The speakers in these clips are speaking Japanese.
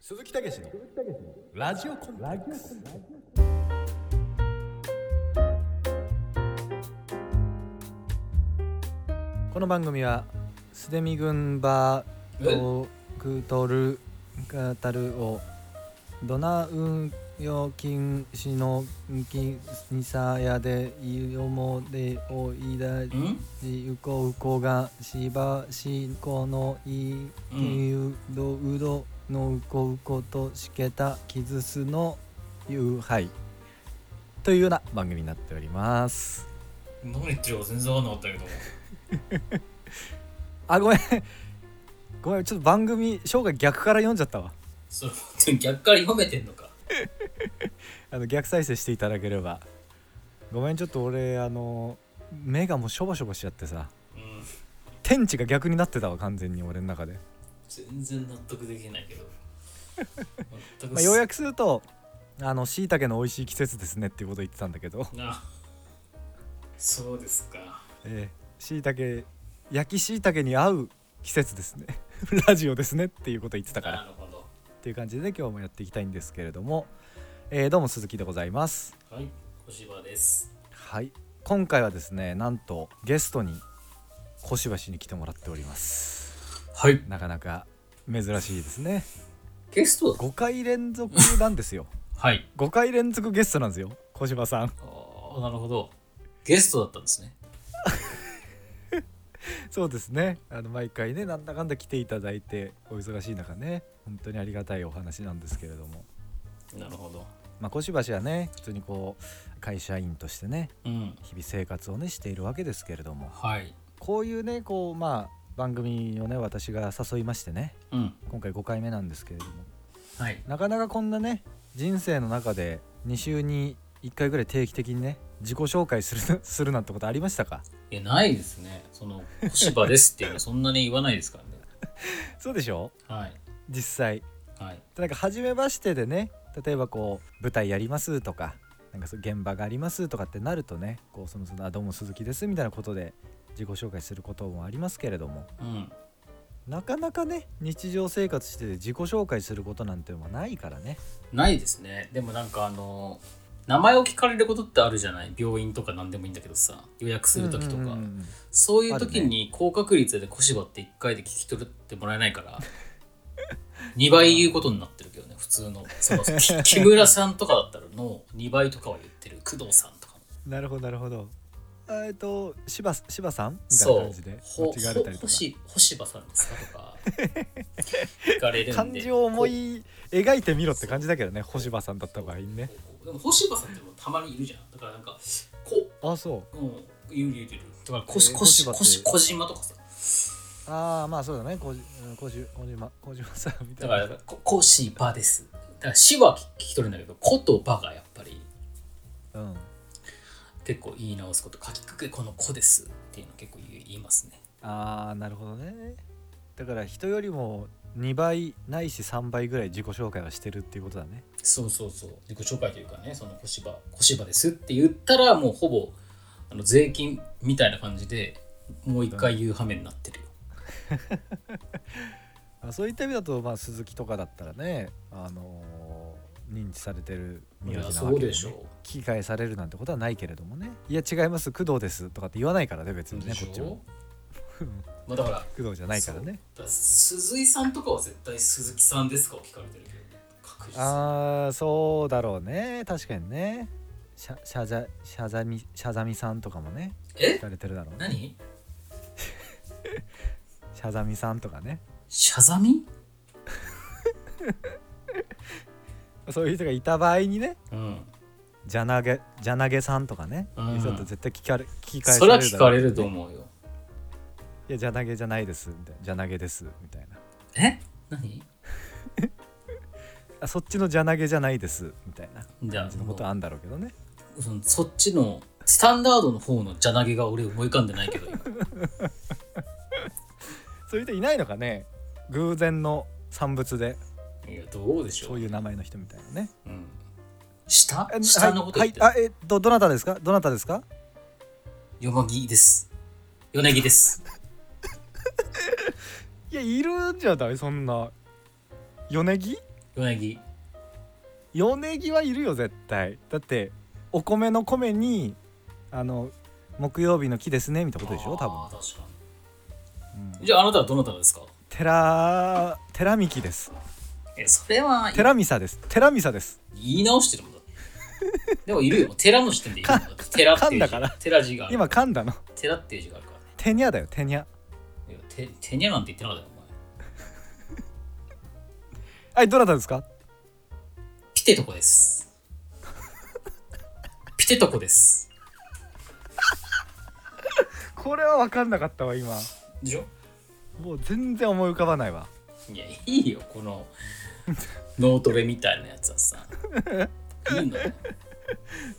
鈴木武のラジオコンテックスこの番組はすでみ軍バートークトル語るをドナウヨキンシノキニサヤでイヨモデオイダジんウコウコがシバシコのイキウドウドのウコウコとしけた傷すのユハイというような番組になっております何言ってるか全然わかんなかったけどあごめん ごめんちょっと番組生涯逆から読んじゃったわそれ本当に逆から読めてんのかあの逆再生していただければごめんちょっと俺あの目がもうしょぼしょぼしちゃってさうん天地が逆になってたわ完全に俺の中で、全然納得できないけど 全くまあ、ようやくするとあのしいたけの美味しい季節ですねっていうこと言ってたんだけど なそうですかしいたけ焼きしいたけに合う季節ですね ラジオですねっていうこと言ってたからなるほどっていう感じで今日もやっていきたいんですけれども、えーどうも鈴木でございますはい小芝ですはい今回はですねなんとゲストに小芝氏に来てもらっておりますはいなかなか珍しいですねゲスト5回連続なんですよ はい5回連続ゲストなんですよ小芝さんあーなるほどゲストだったんですねそうですねあの毎回ねなんだかんだ来ていただいてお忙しい中ね本当にありがたいお話なんですけれどもなるほどまあ小芝氏はね普通にこう会社員としてねうん日々生活をねしているわけですけれどもはいこういうねこうまあ番組をね私が誘いましてねうん今回5回目なんですけれどもはいなかなかこんなね人生の中で2週に1回ぐらい定期的にね自己紹介する するなんてことありましたかいやないですねその小芝ですっていうのはそんなに言わないですからねそうでしょはい実際はいなんか初めましてでね例えばこう舞台やりますとかなんかそう現場がありますとかってなるとねこうそのそのあどうも鈴木ですみたいなことで自己紹介することもありますけれどもうんなかなかね日常生活してて自己紹介することなんていうのはないからねないですねでもなんかあの名前を聞かれることってあるじゃない病院とか何でもいいんだけどさ予約する時とか、うんうんうんうんそういう時に高確率で小芝って1回で聞き取ってもらえないから2倍言うことになってるけどね普通のそ のき木村さんとかだったらの2倍とかは言ってる工藤さんとかもなるほどなるほど。えっと柴柴さんみたいなそう感じでほ間違われたりほとか。星星葉さんですかとか聞かれるんで漢字を思こい描いてみろって感じだけどね、星葉さんだった場合にね。うでも星葉さんってもたまにいるじゃんだからなんかこあ、そう。ううん言う言う言うだからこえしーこし小芝ってこし小島とかさああ、まあそうだね。こじ、うんこじ、こじま、こじまさんみただいかな。ら、こ、こしばです。だから、しは聞き取るんだけど、ことばがやっぱりうん。結構言い直すこと、書きかけこの子ですっていうの結構言い言いますね。ああ、なるほどね。だから人よりも2倍ないし3倍ぐらい自己紹介はしてるっていうことだね。そうそうそう。自己紹介というかね、その小芝、小芝ですって言ったら、もうほぼあの税金みたいな感じで、もう一回言う羽目になってるよ。あそういった意味だと、まあ鈴木とかだったらね、あのー認知されてるい名字や、なわそうけで、ね、でしょ聞き返されるなんてことはないけれどもねいや違います工藤ですとかって言わないからね別う。にでねしこっちょもまあだから、工藤じゃないからだねから鈴井さんとかは絶対鈴木さんですかを聞かれてるけど、ね、確実に。あーそうだろうね確かにねシャシャザシャザミシャザミさんとかもねえ聞かれてるだろうね何シャザミさんとかねシャザミそういう人がいた場合にねうん。ジャナゲジャナゲさんとかね、うんいう人だと絶対聞かれ聞き返さそれれるは聞かうれると思うよ。いやジャナゲじゃないですみたいなジャナゲですみたいなえ何あそっちのジャナゲじゃないですみたいなじゃ感じのことああんだろうけどねそのそっちのスタンダードの方のじゃなげが俺思い浮かんでないけ ど今そういう人いないのかね偶然の産物でいやどうでしょそうういう名前の人みたいなねうん、下え下のことは言っいて、はい、あえっとどなたですかどなたですかよもぎですよねぎですいやいるんじゃないそんな米木米木米木はいるよ絶対だってお米の米にあの木曜日の木ですねみたいなことでしょ多あ分ー確かうんにじゃああなたはどなたですか寺寺ミキですえそれは寺ミサです寺ミサです言い直してるもんだ ってでもいるよ寺の時点でいるもんだって寺っていう字かんだから寺字がある今噛んだの寺っていう字があるからねテニャだよテニャいやててにゃなんて言ってなかったよお前はいどなたですかピテトコです。ピテトコです。これは分かんなかったわ今でしょもう全然思い浮かばないわいや、いいよ、この脳トレみたいなやつはさ。いいのよ。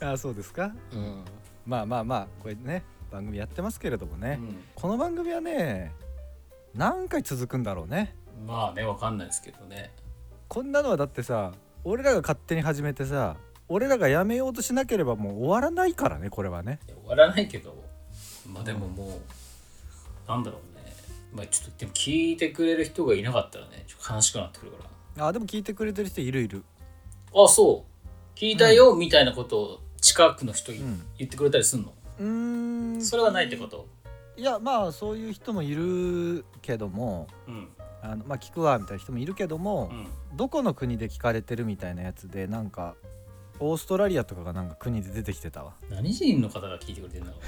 あーそうですかうん。まあまあまあこれね番組やってますけれどもね、うんこの番組はね何回続くんだろうねまあね、わかんないですけどね。こんなのはだってさ俺らが勝手に始めてさ俺らがやめようとしなければもう終わらないからねこれはねいや終わらないけど、まあでももう、なんだろうね。まあちょっと、でも聞いてくれる人がいなかったらね、ちょっと悲しくなってくるから。あでも聞いてくれてる人いるいるあ、そう。聞いたよ、みたいなことを近くの人にうん言ってくれたりすんの、うーんそれはないってこといやまあそういう人もいるけどもうん。あのまあ聞くわみたいな人もいるけどもう、ん。どこの国で聞かれてるみたいなやつでなんかオーストラリアとかがなんか国で出てきてたわ、何人の方が聞いてくれてるんだろ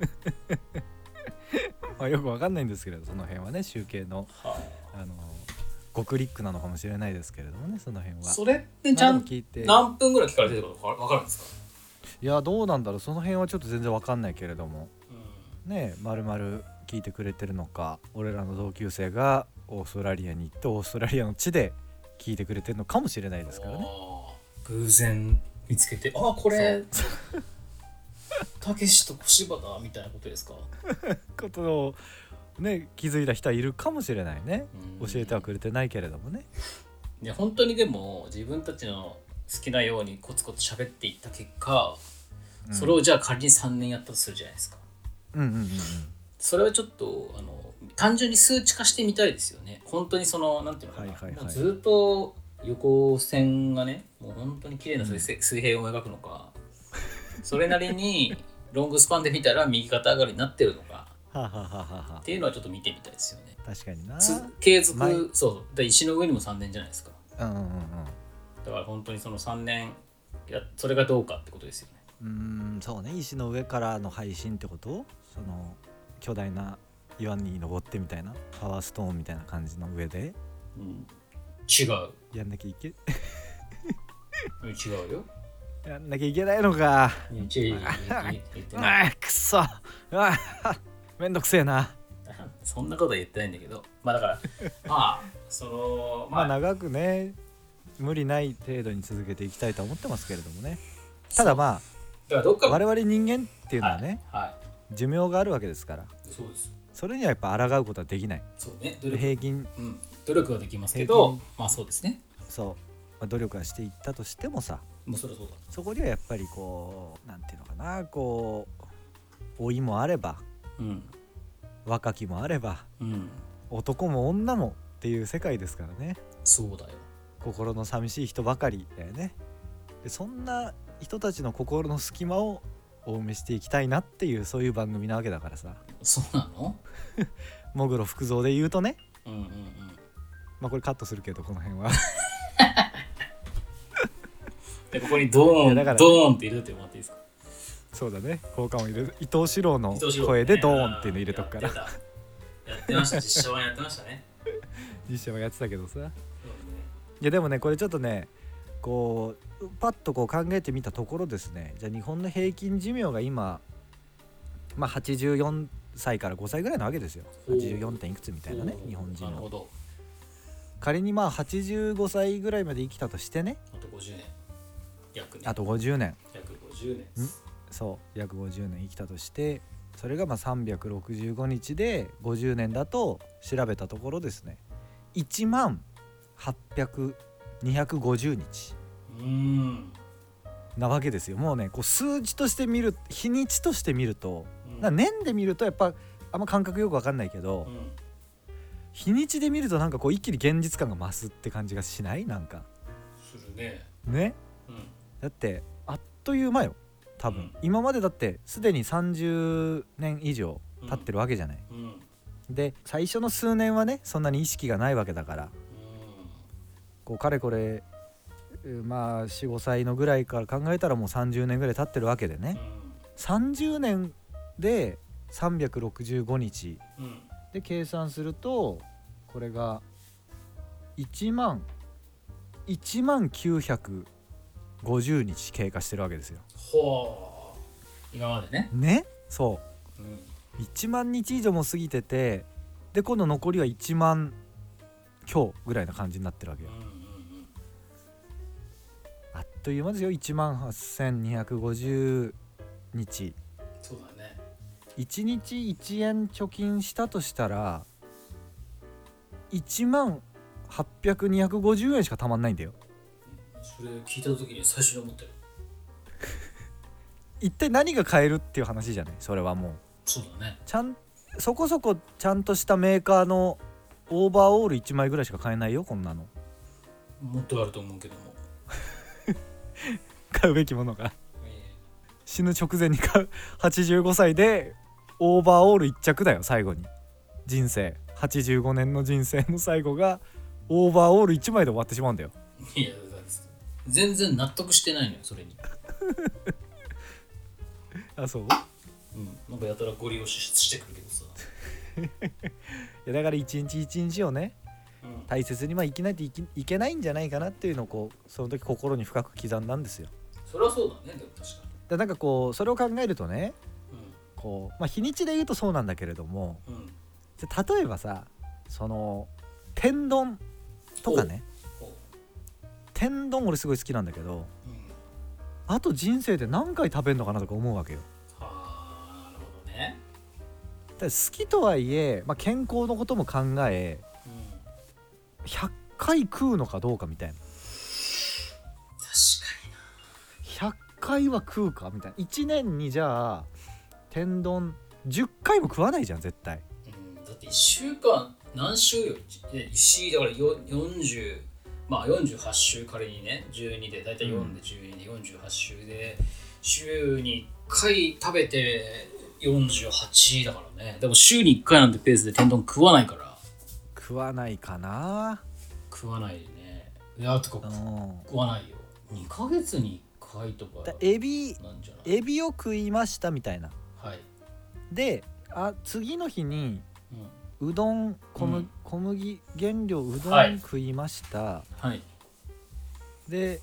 うね。まあ、よくわかんないんですけれどその辺はね集計のはあの極リックなのかもしれないですけれどもねその辺は。それってちゃまあんでも聞いて何分ぐらい聞かれてるかわかるんですか、いやどうなんだろうその辺はちょっと全然わかんないけれどもねえまるまる聞いてくれてるのか俺らの同級生がオーストラリアに行ってオーストラリアの地で聞いてくれてるのかもしれないですからね。あー偶然見つけてああこれたけしと小芝だみたいなことですか、ことをね気づいた人はいるかもしれないね。うん教えてはくれてないけれどもね。いや本当にでも自分たちの好きなようにコツコツ喋っていった結果、うんそれをじゃあ仮に3年やったとするじゃないですかうんうんうんうん。それはちょっとあの単純に数値化してみたいですよね本当にそのなんていうのかな、はいはいはいもうずっと横線がねもう本当に綺麗な水,、水平を描くのかそれなりにロングスパンで見たら右肩上がりになってるのかはあ、はあはあはあはっていうのはちょっと見てみたいですよねあ、確かにな。つ継続前そうで石の上にも3年じゃないですかうんうんだから本当にその3年やそれがどうかってことですよねうんうん。うーんそうね石の上からの配信ってことその巨大な岩に登ってみたいなパワーストーンみたいな感じの上でうん違うやんなきゃいけ うん違うよやんなきゃいけないのか。うん違う違う違う言ってうないわくそ。うわめんどくせえな。 そんなことは言ってないんだけど、まあだ から、まあ、その、ままああ、長くね無理ない程度に続けていきたいと思ってますけれどもね。ただまだからどっあか我々人間っていうのはね、はい、は寿命があるわけですからい、そうです。それにはやっぱ抗うことはできないそうね、努力、平均うん、努力はできますけ平ど、まあそうですね。そう、まあ努力はしていったとしてもさもうそれはそうだ。そこにはやっぱりこうなんていうのかなこう老いもあればうん、若きもあればうん、男も女もっていう世界ですからねそうだよ。心の寂しい人ばかりだよねでそんな人たちの心の隙間をお埋めしていきたいなっていうそういう番組なわけだからさそうなのもぐろ福蔵で言うとねうんうんうん。まあこれカットするけどこの辺は で、ここにドいやーン、だからドーンって入れてもらっていいですかそうだね効果音入れる伊藤四郎の伊藤四郎声でドーンっていうの入れとくかやらってたやってました、実写版やってました ね。実写はやってたけどさいそうですねやでもねこれちょっとねこうパッとこう考えてみたところですねじゃあ日本の平均寿命が今まあ84歳から5歳ぐらいなわけですよおー84点いくつみたいなねおー日本人なるのほど。仮にまあ85歳ぐらいまで生きたとしてねあと50年。約ね。あと50年約50年です。そう約50年生きたとしてそれがまあ365日で50年だと調べたところですね1万800250日うーん。なわけですよもうねこう数字として見る日にちとして見るとうんな年で見るとやっぱあんま感覚よくわかんないけどうん日にちで見るとなんかこう一気に現実感が増すって感じがしないなんかするねねうんだってあっという間よ多分、うん今までだってすでに30年以上経ってるわけじゃない、うんうんで最初の数年はねそんなに意識がないわけだからこうかれこれえーまあ45歳のぐらいから考えたらもう30年ぐらい経ってるわけでね30年で365日うんうんで計算するとこれが1万1万950日経過してるわけですよ。ほう今までね、ねそうん、う1万日以上も過ぎててで今度残りは1万強ぐらいな感じになってるわけうよん。うんあっという間ですよ1万8250日うんそうだね1日1円貯金したとしたら1万800250円しかたまんないんだよそれ聞いた時に最初に思ったよ一体何が買えるっていう話じゃないそれはもうそうだねちゃんそこそこちゃんとしたメーカーのオーバーオール1枚ぐらいしか買えないよこんなの もっとあると思うけども買うべきものが死ぬ直前に買う85歳でオーバーオール1着だよ最後に人生85年の人生の最後がオーバーオール1枚で終わってしまうんだよいやだって全然納得してないのよそれに、あそういうん、なんかやたらゴリ押ししてくるけどさ、やだから一日一日をねうん、大切にまあ生きないといけいけないんじゃないかなっていうのをこうその時心に深く刻んだんですよそれはそうだねでも確かでなんかこうそれを考えるとねにこう、まあ、日にちで言うとそうなんだけれどもうんうんじゃ例えばさその天丼とかねほう天丼俺すごい好きなんだけどうんあと人生で何回食べるのかなとか思うわけよ。はあなるほどねだから好きとはいえ、まあ、健康のことも考えうん100回食うのかどうかみたいな確かにな100回は食うかみたいな1年にじゃあ天丼10回も食わないじゃん絶対うんだって1週間何週よ1週だからよ40まあ48週仮にね12で大体4で12で48週で週に1回食べて48だからねでも週に1回なんてペースで天丼食わないから食わないかな食わないねいやとうかん食わないよ2ヶ月に1回とかだエビなんじゃないエビを食いましたみたいなはい、であ次の日にうん、うどん小麦,、うん小麦原料うどはいん食いました、はいで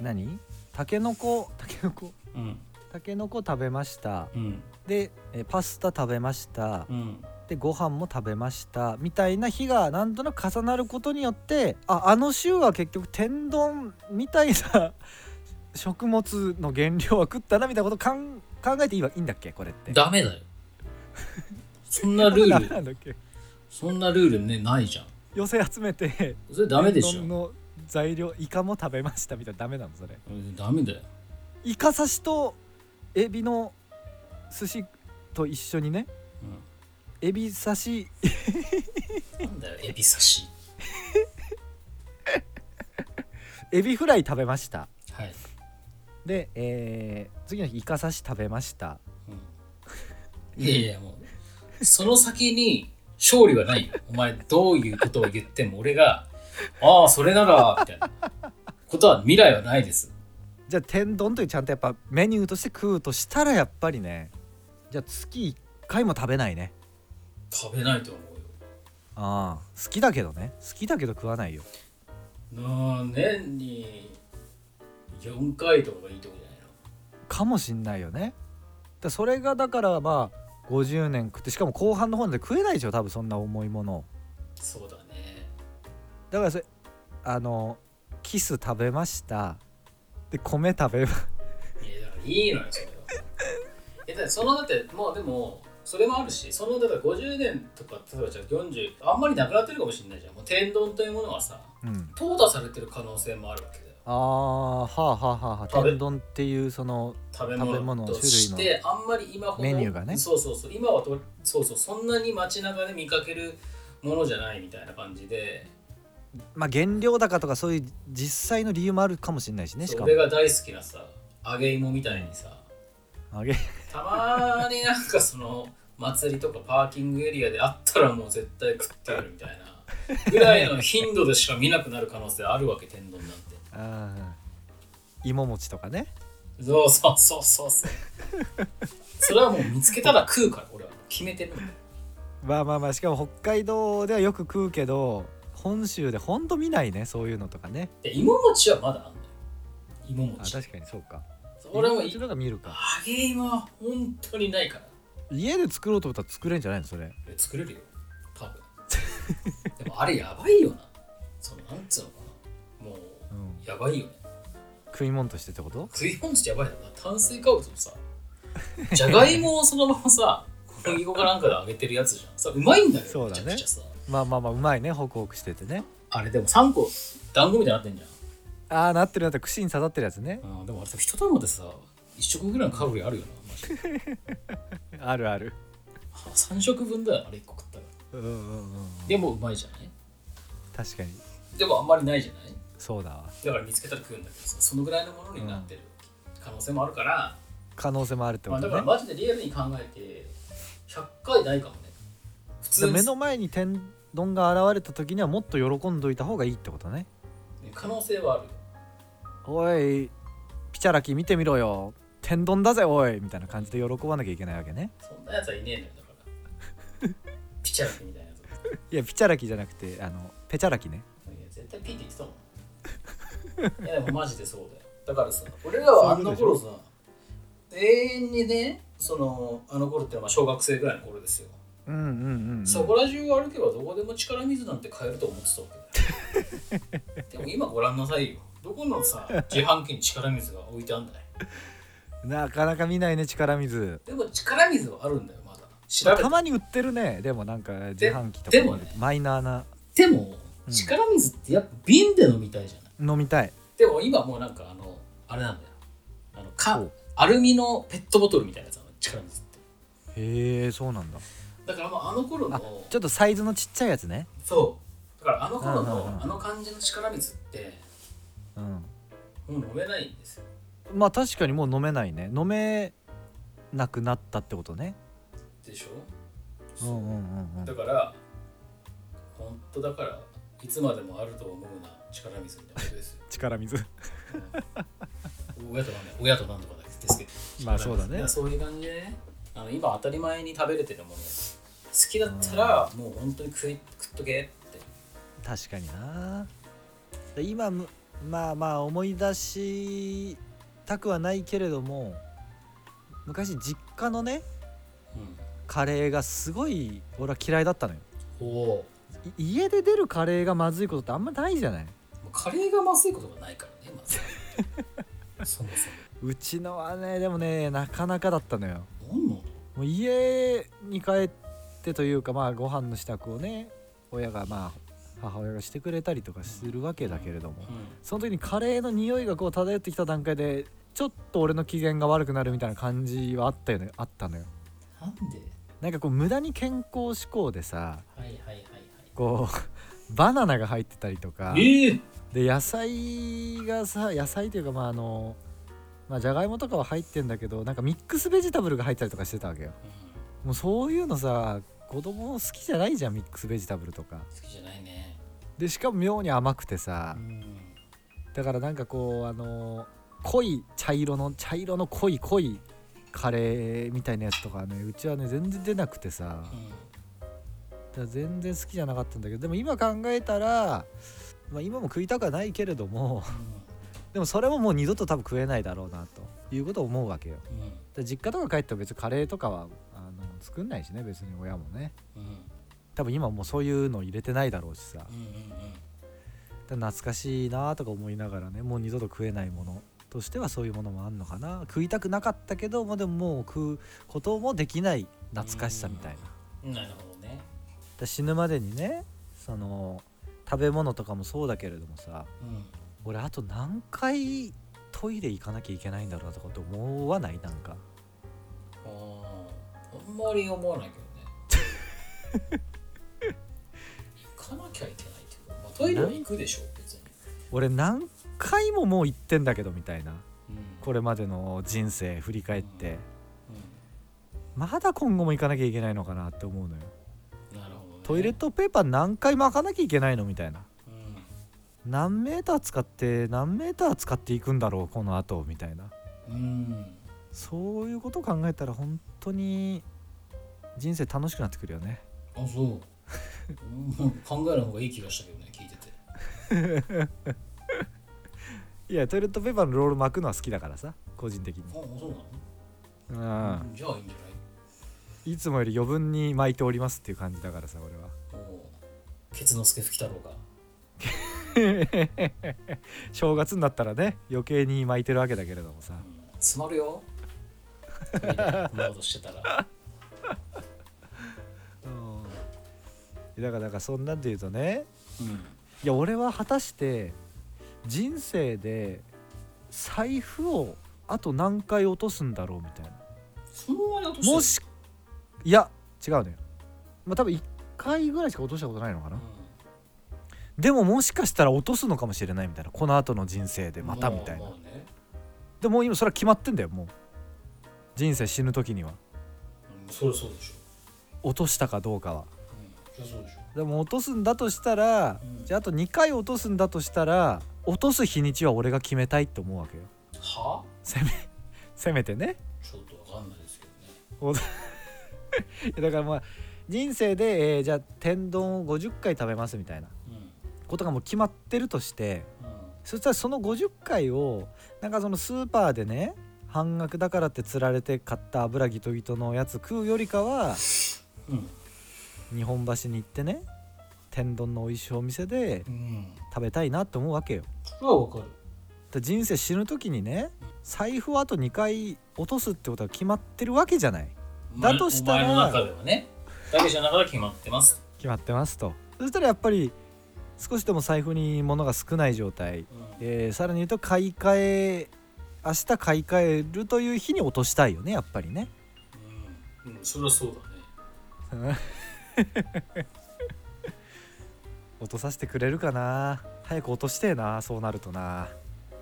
何たけのこたけのこうんたけのこ食べましたうんでえーパスタ食べましたうんでご飯も食べましたみたいな日がなんとなく重なることによってああの週は結局天丼みたいな 食物の原料は食ったなみたいなことかん考えていいわいいんだっけこれってダメだよそんなルダーメルなんだっけそんなルールねないじゃん。寄せ集めてそれダメでし天丼ょ。の材料イカも食べましたみたいなダメなのそれうんダメだよ。イカ刺しとエビの寿司と一緒にねエビ刺しうん、なんだよエビ刺し。エビフライ食べましたはい。で、えー次の日イカ刺し食べましたうん、いやいやもうその先に勝利はないよ。お前どういうことを言っても俺がああそれならみたいなことは未来はないです。じゃあ天丼というちゃんとやっぱメニューとして食うとしたらやっぱりねじゃあ月1回も食べないね食べないと思うよ。ああ好きだけどね好きだけど食わないよなあ年に4回とかがいいとこじゃないの。かもしんないよねだそれがだからまあ50年食ってしかも後半の方なんて食えないでしょ多分そんな重いものをそうだね。だからそれあのキス食べましたで米食べまいやだからいいのよそれはえだってそのだってもうでもそれもあるしそのだから50年とか例えばじゃあ40あんまりなくなってるかもしれないじゃんもう天丼というものはさうん淘汰されてる可能性もあるわけだよあーはあはあはあはあ食べ天丼っていうその食べ物食べ物と種類のしてあんまり今ほどメニューがねそうそうそう今はとそうそうそんなに街中で見かけるものじゃないみたいな感じで、まあ原料高とかそういう実際の理由もあるかもしれないしねしそうか俺もが大好きなさ揚げ芋みたいにさあげたまになんかその祭りとかパーキングエリアであったらもう絶対食ってやるみたいなぐらいの頻度でしか見なくなる可能性あるわけ天丼なんてあー芋餅とかねそうそうそうそうそうそれはもう見つけたら食うから俺は決めてるんだよまあまあまあしかも北海道ではよく食うけど本州でほんと見ないねそういうのと かねで芋餅はまだあんだよ芋あ餅確かにそうか俺もい一揚度が見るかげ芋は本当にないから家で作ろうと思ったら作れんじゃないのそれえ作れるよ多 分でもあれやばいよなそのなんつうのかなもう、うんやばいよね食い物としてってこと食い物ってやばいよな炭水化物もさじゃがいもをそのままさ小麦粉かなんかで揚げてるやつじゃんさうまいんだよそうだねめちゃくちゃさまあまあまあうまいねホクホクしててねあれでも3個団子みたいになってんじああなってるなってる串に刺さってるやつねゃん、うん、でもあれ一玉でさ1食ぐらいのカロリーあるよなマジであるある3食分だよあれ1個食ったらうんうんうんでもうまいじゃない確かにでもあんまりないじゃないそうだわだから見つけたら食うんだけどさそのぐらいのものになってる可能性もあるから、可能性もあるってまこあ、とだからねマジでリアルに考えて100回ないかもね普通に目の前に天丼が現れた時にはもっと喜んどいた方がいいってことね可能性はあるよおいピチャラキ見てみろよ天丼だぜおいみたいな感じで喜ばなきゃいけないわけねそんなやつはいねえのよだから ピチャラクみたいなやついやピチャラキじゃなくてあのペチャラキねいや絶対ピーって言って たもんいやでもマジでそうだよだからさ俺らはあの頃さ永遠にねそのあの頃ってのはまあ小学生ぐらいの頃ですよ、うんうんうん、うん、そこら中を歩けばどこでも力水なんて買えると思ってたわけだよ でも今ご覧なさいよどこのさ自販機に力水が置いてあんだいなかなか見ないね力水でも力水はあるんだよまだ調べたまに売ってるねでもなんか自販機とかでもねマイナーなてもうん力水ってやっぱ瓶で飲みたいじゃない飲みたいでも今もうなんかあのあれなんだよあのおかうアルミのペットボトルみたいなやつなの力水ってへえそうなんだだからもうあの頃あのちょっとサイズのちっちゃいやつねそうだからあの頃うんうんうのんあの感じの力水ってうんもう飲めないんですよまあ確かにもう飲めないね飲めなくなったってことねでしょうんうんうんうだんから本当だからいつまでもあると思うな力水みたいなことですよ 力水親となんだ親となんとかだけですけどまあそうだねいやそういう感じでねあの今当たり前に食べれてるもの好きだったらもう本当に食い食っとけって確かになで今むまあまあ思い出したくはないけれども昔実家のねカレーがすごい俺は嫌いだったのようん、おおい家で出るカレーがまずいことってあんまないじゃないカレーがまずいことがないからねまず そもうちのはねでもねなかなかだったのよそも何のもう家に帰ってというかまあご飯の支度をね親がまあ母親がしてくれたりとかするわけだけれどもうその時にカレーの匂いがこう漂ってきた段階でちょっと俺の機嫌が悪くなるみたいな感じはあったよねあったのよん、なんでなんかこう無駄に健康志向でさはいはいはいこう バナナが入ってたりとかはいええで野菜がさ野菜というかまああのまあじゃがいもとかは入ってんだけどなんかミックスベジタブルが入ったりとかしてたわけようん、もうそういうのさ子供好きじゃないじゃんミックスベジタブルとか好きじゃないねでしかも妙に甘くてさうんだからなんかこうあの濃い茶色の茶色の濃い濃いカレーみたいなやつとかねうちはね全然出なくてさうんだから全然好きじゃなかったんだけどでも今考えたら、まあ、今も食いたくはないけれども でもそれももう二度と多分食えないだろうなということを思うわけよだかうんら実家とか帰っても別にカレーとかはあの作んないしね別に親もねうんうん多分今もうそういうの入れてないだろうしさうんうんうんだから懐かしいなとか思いながらねもう二度と食えないものとしてはそういうものもあんのかな食いたくなかったけどもうでももう食うこともできない懐かしさみたいなだかなるほどね。ら死ぬまでにねその食べ物とかもそうだけれどもさうん。俺あと何回トイレ行かなきゃいけないんだろうなとかって思わないなんかああ、あんまり思わないけどね。トイレは行くでしょ別に、俺何回ももう行ってんだけどみたいなうんこれまでの人生振り返っうてまだ今後も行かなきゃいけないのかなって思うのよんなるほど、ね、トイレットペーパー何回巻かなきゃいけないのみたいなうん何メーター使って何メーター使っていくんだろうこの後みたいなうんそういうことを考えたら本当に人生楽しくなってくるよねあそううん考える方がいい気がしたけどね聞いてていやトイレットペーパーのロール巻くのは好きだからさ個人的にあそうなの、うんじゃあいいんじゃないいつもより余分に巻いておりますっていう感じだからさ俺はおケツの助吹き太郎が正月になったらね余計に巻いてるわけだけれどもさうん詰まるよトイレでこんなことしてたらうんだからなんかそんなんで言うとねうんいや俺は果たして人生で財布をあと何回落とすんだろうみたいなその割り落としてるもしいや違うのよまあ多分1回ぐらいしか落としたことないのかうなんでももしかしたら落とすのかもしれないみたいなこの後の人生でまたみたいまあなまあねでもう今それは決まってんだよもう人生死ぬ時にはうんそりゃそうでしょ落としたかどうかはうんそりゃそうでしょでも落とすんだとしたら、うんじゃああと2回落とすんだとしたら落とす日にちは俺が決めたいって思うわけよはせめせめてねちょっとわかんないですけどねいやだからまあ人生で、えーじゃあ天丼を50回食べますみたいなうんことがもう決まってるとしてうんそしたらその50回をなんかそのスーパーでね半額だからって釣られて買った油ギトギトのやつ食うよりかはうん日本橋に行ってね天丼の美味しいお店でうん食べたいなって思うわけよ。それはわかるで人生死ぬ時にね財布をあと2回落とすってことは決まってるわけじゃないだとしたらお前の中ではねだけじゃながら決まってます決まってますとそしたらやっぱり少しでも財布に物が少ない状態、うんえーさらに言うと買い替え明日買い替えるという日に落としたいよねやっぱりねうんうんそりゃそうだね落とさせてくれるかな早く落としてえなそうなるとな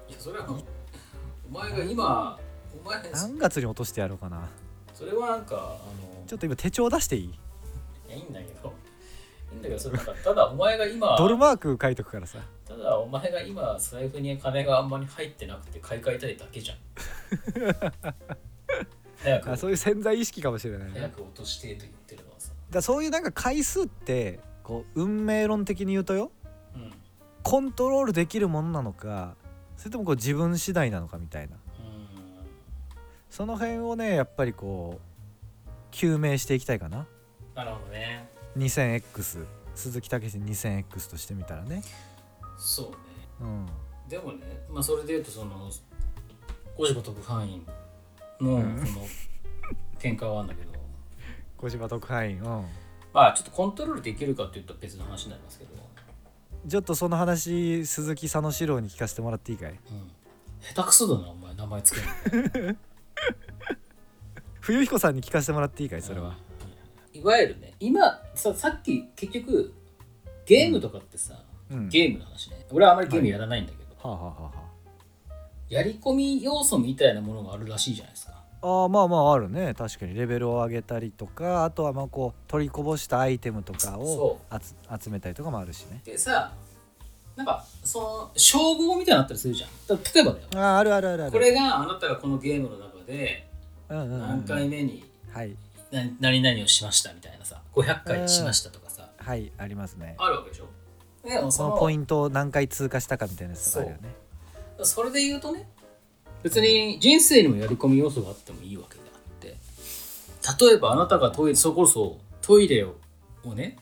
いやそれはお前が今お前何月に落としてやろうかなそれはなんかあのちょっと今手帳出していいいやいいんだけどいいんだけどそれなんか ただお前が今ドルマーク書いとくからさただお前が今財布に金があんまり入ってなくて買い替えたいだけじゃん 早くあそういう潜在意識かもしれないね早く落としてと言ってるのはさだからそういうなんか回数ってこう運命論的に言うとようんうんコントロールできるものなのかそれともこう自分次第なのかみたいなその辺をねやっぱりこう究明していきたいかななるほどね 2000X 鈴木武史 2000X としてみたらねそうねうんでもねまあそれで言うとそのゴジバ特派員のうんその喧嘩はあるんだけど小島特派員うんまあちょっとコントロールできるかっていうと別の話になりますけどちょっとその話鈴木佐野史郎に聞かせてもらっていいかいうん下手くそだなお前名前つけるの冬彦さんに聞かせてもらっていいかいそれは、いわゆるね今ささっき結局ゲームとかってさ、うん、ゲームの話ね俺はあまりゲームやらないんだけど、はあ、はあはあはやり込み要素みたいなものがあるらしいじゃないですかあ、あーまあまああるね確かにレベルを上げたりとかあとはまあこう取りこぼしたアイテムとかをそあつ集めたりとかもあるしねでさなんかその称号みたいなのあったりするじゃんだから例えばだよあーあるあるあるあるこれがあなたがこのゲームの中でうんうんうん、何回目にはい何何々をしましたみたいなさ500回しましたとかさはいありますねあるわけでしょでもそそののポイントを何回通過したかみたいなやつとかあるよねそれで言うとね別に人生にもやり込み要素があってもいいわけであって例えばあなたがトイレそれこそトイレををね、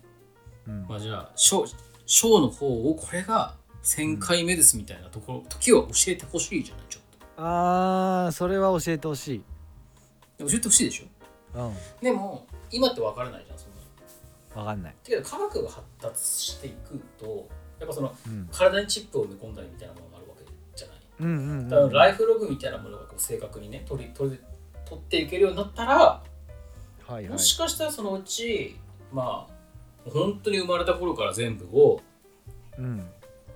うんまあ、じゃあショーショーの方をこれが1000回目ですみたいなところ時は教えてほしいじゃないちょっあーそれは教えてほしいと教えてほしいでしょうんでも今って分からないじゃんそんなの分かんない、だけど科学が発達していくとやっぱそのうん、体にチップを埋め込んだりみたいなものがあるわけじゃないうんうんだうかんらライフログみたいなものがこう正確にね取り取り取っていけるようになったらはいはもいしかしたらそのうちまあ本当に生まれた頃から全部をうん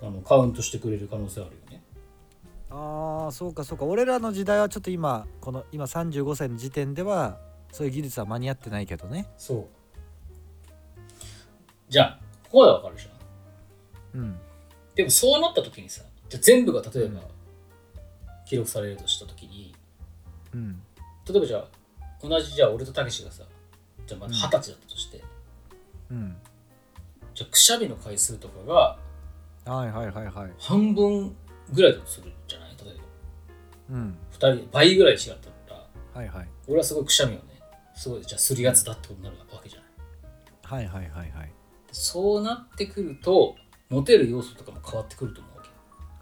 あのカウントしてくれる可能性あるよねああそうかそうか俺らの時代はちょっと今この今35歳の時点ではそういう技術は間に合ってないけどねそうじゃあここでわかるじゃんうんでもそうなった時にさじゃあ全部が例えば記録されるとした時にうん例えばじゃあ同じじゃあ俺とたけしがさじゃあまだ二十歳だったとして、うんじゃあくしゃみの回数とかがはいはいはいはい半分ぐらいだとするじゃない例えばうん2人倍ぐらい違ったらはいはい俺はすごいくしゃみをねすごいじゃあするやつだってことになるわけじゃないはいはいはいはいそうなってくるとモテる要素とかも変わってくると思うわけは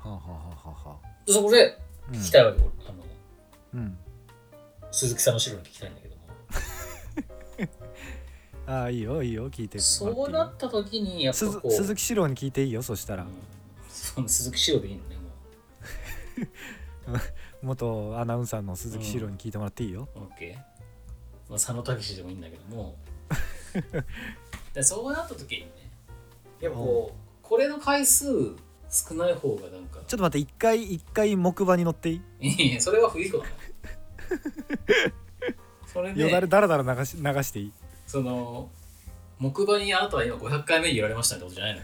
あ、はあはあはあはあ、そこでうん聞きたいわけ、俺あのうん鈴木さんの白に聞きたいんだけどもああいいよいいよ聞いてそうなった時にやっぱ鈴こう鈴木史郎に聞いていいよそしたら、うんその鈴木白でいいのねも元アナウンサーの鈴木史郎に聞いてもらっていいよ、う OK、まあ、佐野武でもいいんだけども でそうなった時にねやっぱこう、これの回数少ない方がなんかちょっと待って一回一回木馬に乗っていい、いやいやそれは不利 子だなそれよだでれだらだら流し流していいその木馬にあなたは今500回目揺られましたってことじゃ ないの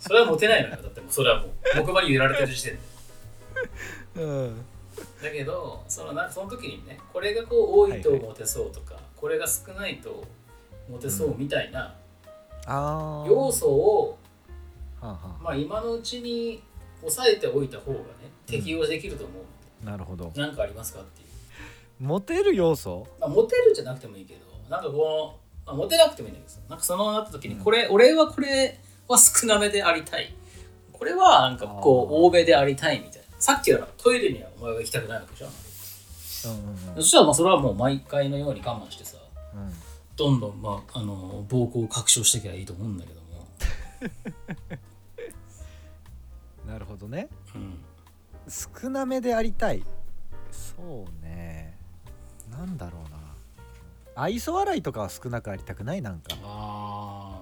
それはモテないのよだってもうそれはもう木馬に揺られてる時点でうんだけどそのなんかその時にねこれがこう多いとはいはいモテそうとか、これが少ないとモテそうみたいなああ要素を、はあ、はまあ、今のうちに抑えておいた方がね適用できると思う、あ、なるほどなん、何かありますかっていう、モテる要素まあ、モテるじゃなくてもいいけどなんかこの、まあ、モテなくてもいいんだけどなんかそのなった時にこれ、俺はこれは少なめでありたいこれはなんかこあう多めでありたいみたいなさっきはトイレにはお前は行きたくないわけじゃんうんうそんしたらまあそれはもう毎回のように我慢してさうんうんどんどん、まあ、あの暴行を拡張していけばいいと思うんだけども、なるほどねうん、少なめでありたいそうねなんだろうな愛想笑いとかは少なくありたくないなんかあ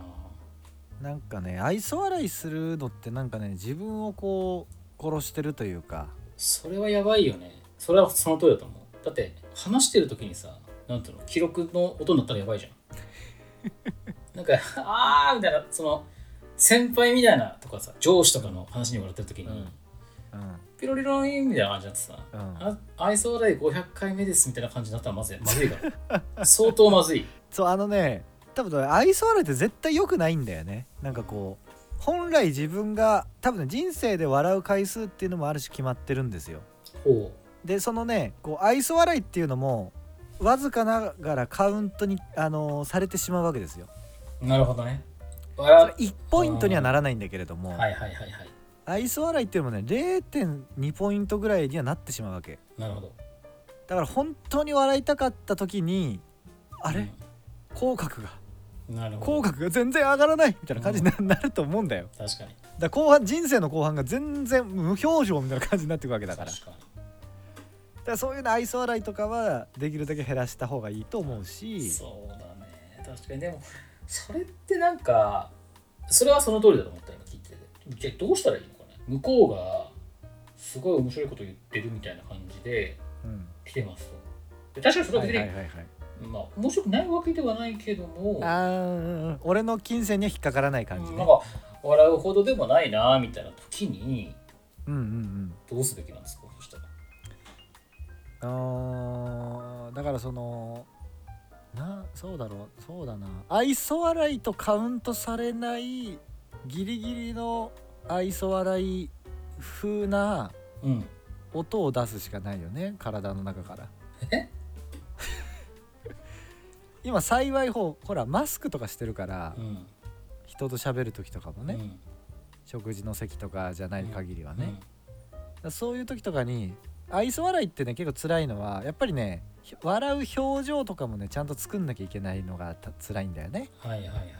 なんかね愛想笑いするのってなんかね自分をこう殺してるというかそれはやばいよねそれはその通りだと思うだって話してる時にさなんていうの記録の音になったらやばいじゃん なんか「あー」みたいなその先輩みたいなとかさ上司とかの話に笑ってる時に、うんうんピロリロインみたいな感じになってさうんあ愛想笑い500回目ですみたいな感じになったらまずいまずいから 相当まずいそうあのね多分ね愛想笑いって絶対良くないんだよねなんかこう本来自分が多分ね人生で笑う回数っていうのもあるし決まってるんですよほでそのねこう愛想笑いっていうのもわずかながらカウントに、あのーされてしまうわけですようなるほどねそ笑れ1ポイントにはならないんだけれども、うはいはいはいはい愛想笑いっていうのもね0.2ポイントぐらいにはなってしまうわけなるほどだから本当に笑いたかった時にあれ口角がうんなるほど口角が全然上がらないみたいな感じにななると思うんだよ確かにだから後半人生の後半が全然無表情みたいな感じになっていくわけだからだ確かにからそういうの愛想笑いとかはできるだけ減らした方がいいと思うしそうだね確かにでもそれってなんかそれはその通りだと思った今聞いててじゃあどうしたらいいのかね向こうがすごい面白いこと言ってるみたいな感じでうん来てますとで確かにそれはは別いに、はいはいはいまあ面白くないわけではないけどもあーうんうん俺の金銭には引っかからない感じうんねなんか笑うほどでもないなみたいな時にうんうんどうすべきなんですかそしたらうんあーだからそのなそうだろうそうだな愛想笑いとカウントされないギリギリの愛想笑い風なうん音を出すしかないよね体の中からえ 今幸いほうほらマスクとかしてるからうん人と喋る時とかもね、うん食事の席とかじゃない限りはね、うんだからそういう時とかに愛想笑いってね結構辛いのはやっぱりねひ笑う表情とかもねちゃんと作んなきゃいけないのがた辛いんだよねはいはいはいはい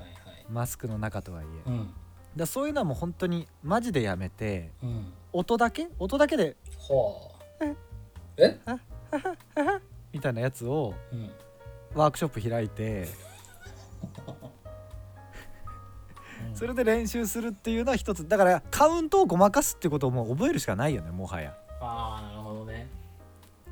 マスクの中とはいえ、だかうんらそういうのはもう本当にマジでやめてうん音だけ音だけではみたいなやつをあうんワークショップ開いてうんそれで練習するっていうのは一つだからカウントをごまかすってことをもう覚えるしかないよねもはやああなるほどね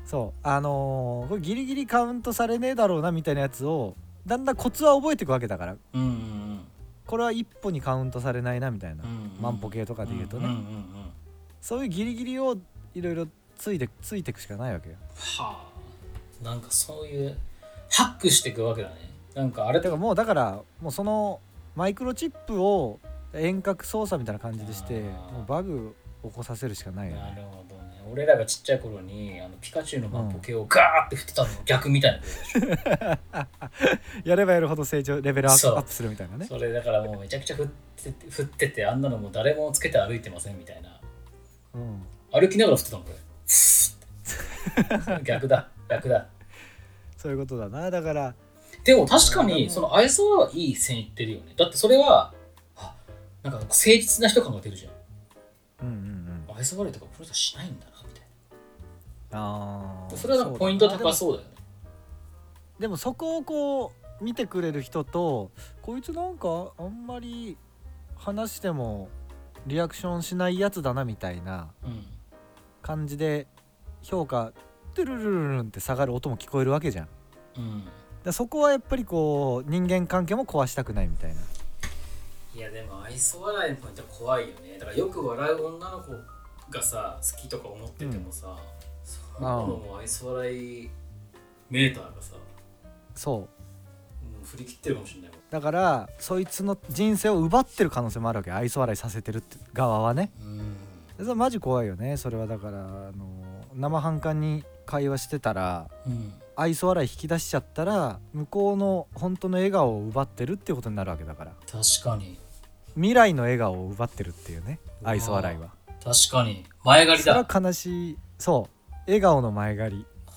そうあのーこれギリギリカウントされねえだろうなみたいなやつをだんだんコツは覚えていくわけだからうんうんこれは一歩にカウントされないなみたいな、うんうん万歩計とかで言うとね、んんんうんはそういうギリギリをいろいろついてついていくしかないわけよあなんかそういうハックしていくわけだねなんかあれだからもうだからもうそのマイクロチップを遠隔操作みたいな感じでしあてーもうバグを起こさせるしかないよねなるほどね俺らがちっちゃい頃にあのピカチュウの万歩計をガーって振ってたの逆みたいなことでしょ、やればやるほど成長レベルアッそうプアップするみたいなねそれだからもうめちゃくちゃ振ってて振っててあんなのもう誰もつけて歩いてませんみたいなうん歩きながら振ってたのこ れ逆だ逆だそういうことだなだからでも確かにその愛想はいい線いってるよねだってそれはあなんか誠実な人感が出るじゃんうんうんうん愛想悪いとかプロとしないんだなみたいあーなそれはなんかポイントそうだ高なでもそうだよねでもそこをこう見てくれる人とこいつなんかあんまり話してもリアクションしないやつだなみたいなうん感じで評価トゥルルルルンって下がる音も聞こえるわけじゃんうんでそこはやっぱりこう人間関係も壊したくないみたいないやでも愛想笑いのポイントは怖いよねだからよく笑う女の子がさ好きとか思っててもさ、その子の愛想笑いメーターがさもそうう振り切ってるかもしれないもんだからそいつの人生を奪ってる可能性もあるわけ愛想笑いさせてるって側はねうんそれマジ怖いよねそれはだからあの生半可に会話してたらうん愛想笑い引き出しちゃったら向こうの本当の笑顔を奪ってるっていうことになるわけだから確かに未来の笑顔を奪ってるっていうね愛想笑いは確かに前借りそれだは悲しいそう笑顔の前借りは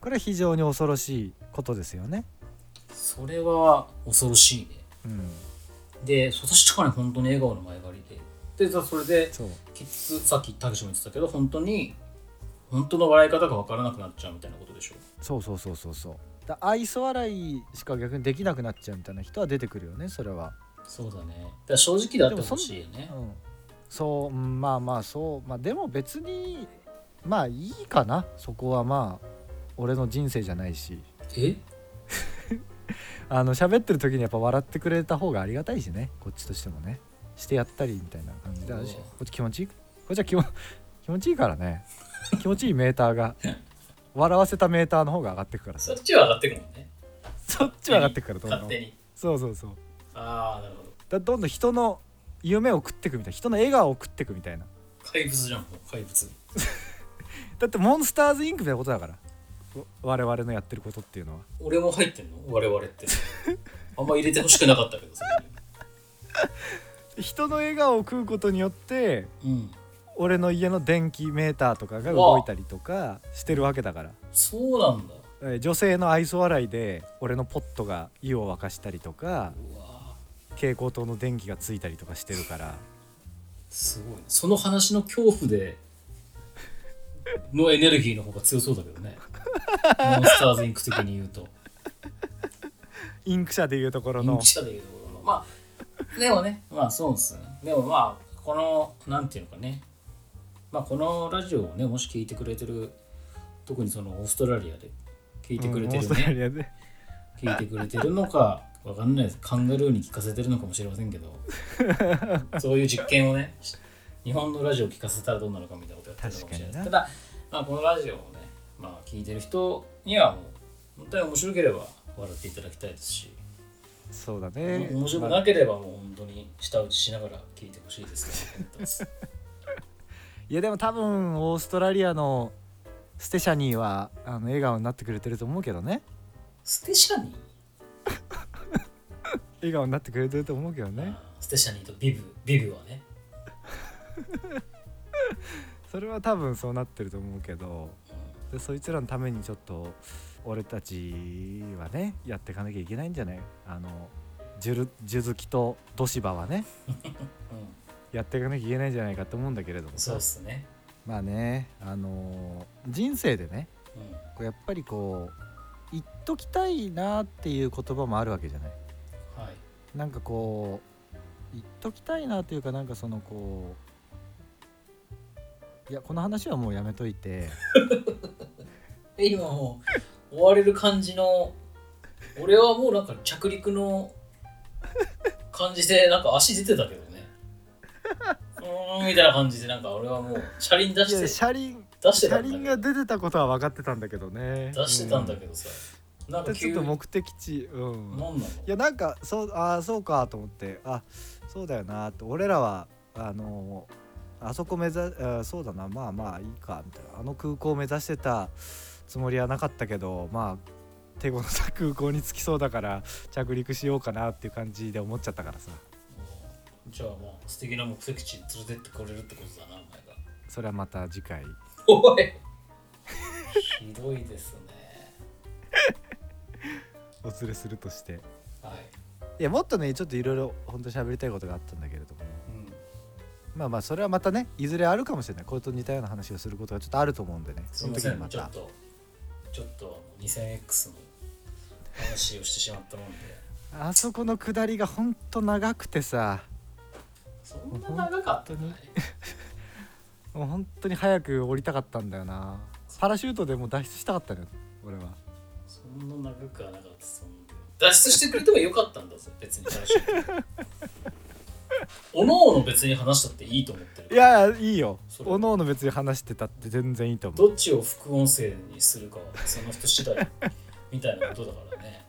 これは非常に恐ろしいことですよねあそれは恐ろしいねうんでそう確かに本当に笑顔の前借りででさそれでそう結局さっきたけしも言ってたけど本当に本当の笑い方が分からなくなっちゃうみたいなことでしょそうそうそうそうそうだ愛想笑いしか逆にできなくなっちゃうみたいな人は出てくるよねそれは、そうだねだから正直であってほしいようねん、そううんまあまあそうまあでも別にまあいいかなそこはまあ俺の人生じゃないしえあの喋ってる時にやっぱ笑ってくれた方がありがたいしねこっちとしてもねしてやったりみたいな感じであるしそうこっち気持ちいいこっちは気も 気持ちいいからね気持ちいいメーターが 笑わせたメーターの方が上がってくからそっちは上がってくもんねそっちは上がってくからどんど勝ん手にそうそうそうああなるほどだどんどん人の夢を食ってくみたいな人の笑顔を食ってくみたいな怪物じゃんもう怪物だってモンスターズインクみたいなことだからわ我々のやってることっていうのは俺も入ってんの我々って あんま入れてほしくなかったけどそれ人の笑顔を食うことによってにうん俺の家の電気メーターとかが動いたりとかしてるわけだからそうなんだえー女性の愛想笑いで俺のポットが湯を沸かしたりとかうわー蛍光灯の電気がついたりとかしてるからすごいねその話の恐怖でのエネルギーの方が強そうだけ どねモンスターズインク的に言うとインク社でいうところインのク社でいうところのまあでもねまあそうですねでもまあこのなんていうのかねまあこのラジオをねもし聞いてくれてる特にそのオーストラリアで聞いてくれてるうんオーストラね、リアで聞いてくれてるのかわかんないですカンガルーに聞かせてるのかもしれませんけ どそういう実験をねし日本のラジオを聞かせたらどうなのかみたいなことやってるのかもしれないですた確だ、まあ、このラジオをね、まあ、聞いてる人にはもう本当に面白ければ笑っていただきたいですしそうだね面白くまあなければもう本当に舌打ちしながら聞いてほしいですけど、 いやでも多分オーストラリアのステシャニーはあの笑顔になってくれてると思うけどねステシャニー笑顔になってくれてると思うけどねあーステシャニーとビブビブはねそれは多分そうなってると思うけどでそいつらのためにちょっと俺たちはねやっていかなきゃいけないんじゃないあのジュルジュズキとドシバはねうん、うんやっていかなきゃいけないんじゃないかと思うんだけれどもそうっすね、まあねあの人生でねうん、こうやっぱりこう言っときたいなっていう言葉もあるわけじゃないはいなんかこう言っときたいなというかなんかそのこういやこの話はもうやめといてえ今もう追われる感じの俺はもうなんか着陸の感じでなんか足出てたけどねうーんみたいな感じでなんか俺はもう車輪出いやして車輪出してた車んだ輪けどが出てたことは分かってたんだけどね出してたんだけどさ、なんうかんちょ急っにと何目的地うんなのいやなんかそうああそうかと思ってあそうだよなと俺らはあのあそこ目指あーそうだなまあまあいいかみたいなあの空港を目指してたつもりはなかったけどまあ手ごのさ空港に着きそうだから着陸しようかなっていう感じで思っちゃったからさじゃあまあ素敵な目的地に連れてってくれるってことだなおそれはまた次回前がおいひどいですねお連れするとしてはい、いやもっとねちょっといろいろ本当喋りたいことがあったんだけれどもうん、まあまあそれはまたねいずれあるかもしれないこれと似たような話をすることがちょっとあると思うんでねすそみのま時せにん、まちょったと、ちょっと 2000X の話をしてしまったもんで、あそこの下りがほんと長くてさそんな長かったね本。もう本当に早く降りたかったんだよなパラシュートでもう脱出したかったのよ俺はそんな長くはなかったそんな脱出してくれてもよかったんだぞ、別に最初。 おのおの別に話したっていいと思ってるいから。やいやいいよそれおのおの別に話してたって全然いいと思うどっちを副音声にするかはその人次第みたいなことだからね。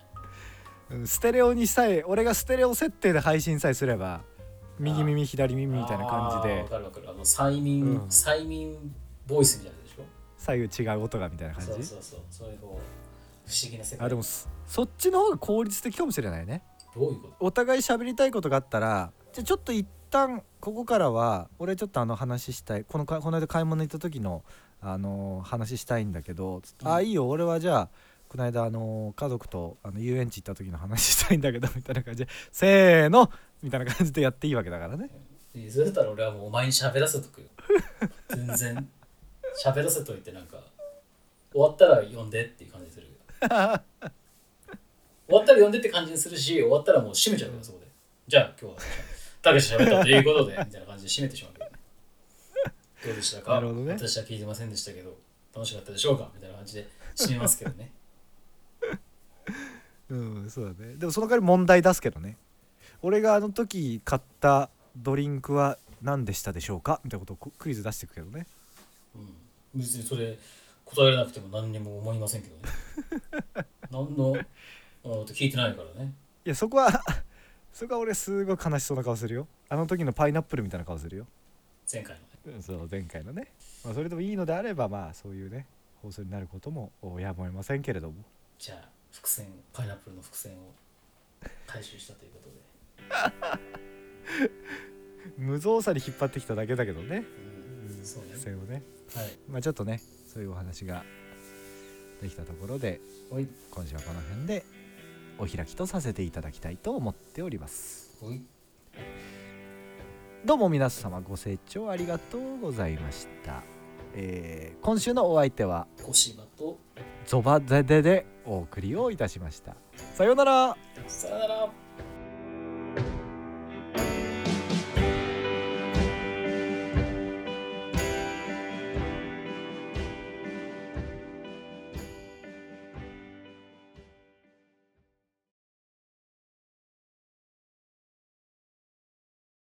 うんステレオにさえ俺がステレオ設定で配信さえすれば右耳左耳 みたいな感じあーでわかるわかる。あの催眠、うん催眠ボイスみたいなやつでしょ。左右違う音がみたいな感そうじそうそう。そういうこう不思議な世界。あでもそそっちの方が効率的かもしれないねどういうことお互い喋りたいことがあったらじゃあちょっと一旦ここからは俺ちょっとあの話したいこのかこの間買い物行った時の、あのー話したいんだけどつってうんあいいよ俺はじゃあこの間、あのー家族とあの遊園地行った時の話したいんだけどみたいな感じでせーのみたいな感じでやっていいわけだからねいやそれだったら俺はもうお前に喋らせと くよ全然喋らせといてなんか終わったら呼んでっていう感じする よ終わったら呼んでって感じにするし終わったらもう閉めちゃうからそこでじゃあ今日はたけし喋ったということでみたいな感じで閉めてしまうけどねどうでしたかなるほどね私は聞いてませんでしたけど楽しかったでしょうかみたいな感じで閉めますけど ねうんそうだねでもその代わり問題出すけどね俺があの時買ったドリンクは何でしたでしょうかみたいなことをこクイズ出してくけどねうん別にそれ答えられなくても何にも思いませんけどね 何のうん聞いてないからねいやそこは そこは俺すごい悲しそうな顔するよあの時のパイナップルみたいな顔するよ前回のねそう前回のね、まあ、それでもいいのであればまあそういうね放送になることもおやむを得ませんけれどもじゃあ伏線パイナップルの伏線を回収したということで、無造作に引っ張ってきただけだけどねうん、そう不ね正をねはいまあちょっとねそういうお話ができたところでおい今週はこの辺でお開きとさせていただきたいと思っておりますおいどうも皆様ご清聴ありがとうございました、えー今週のお相手は小芝とゾバゼデでお送りをいたしました。さようなら。さよなら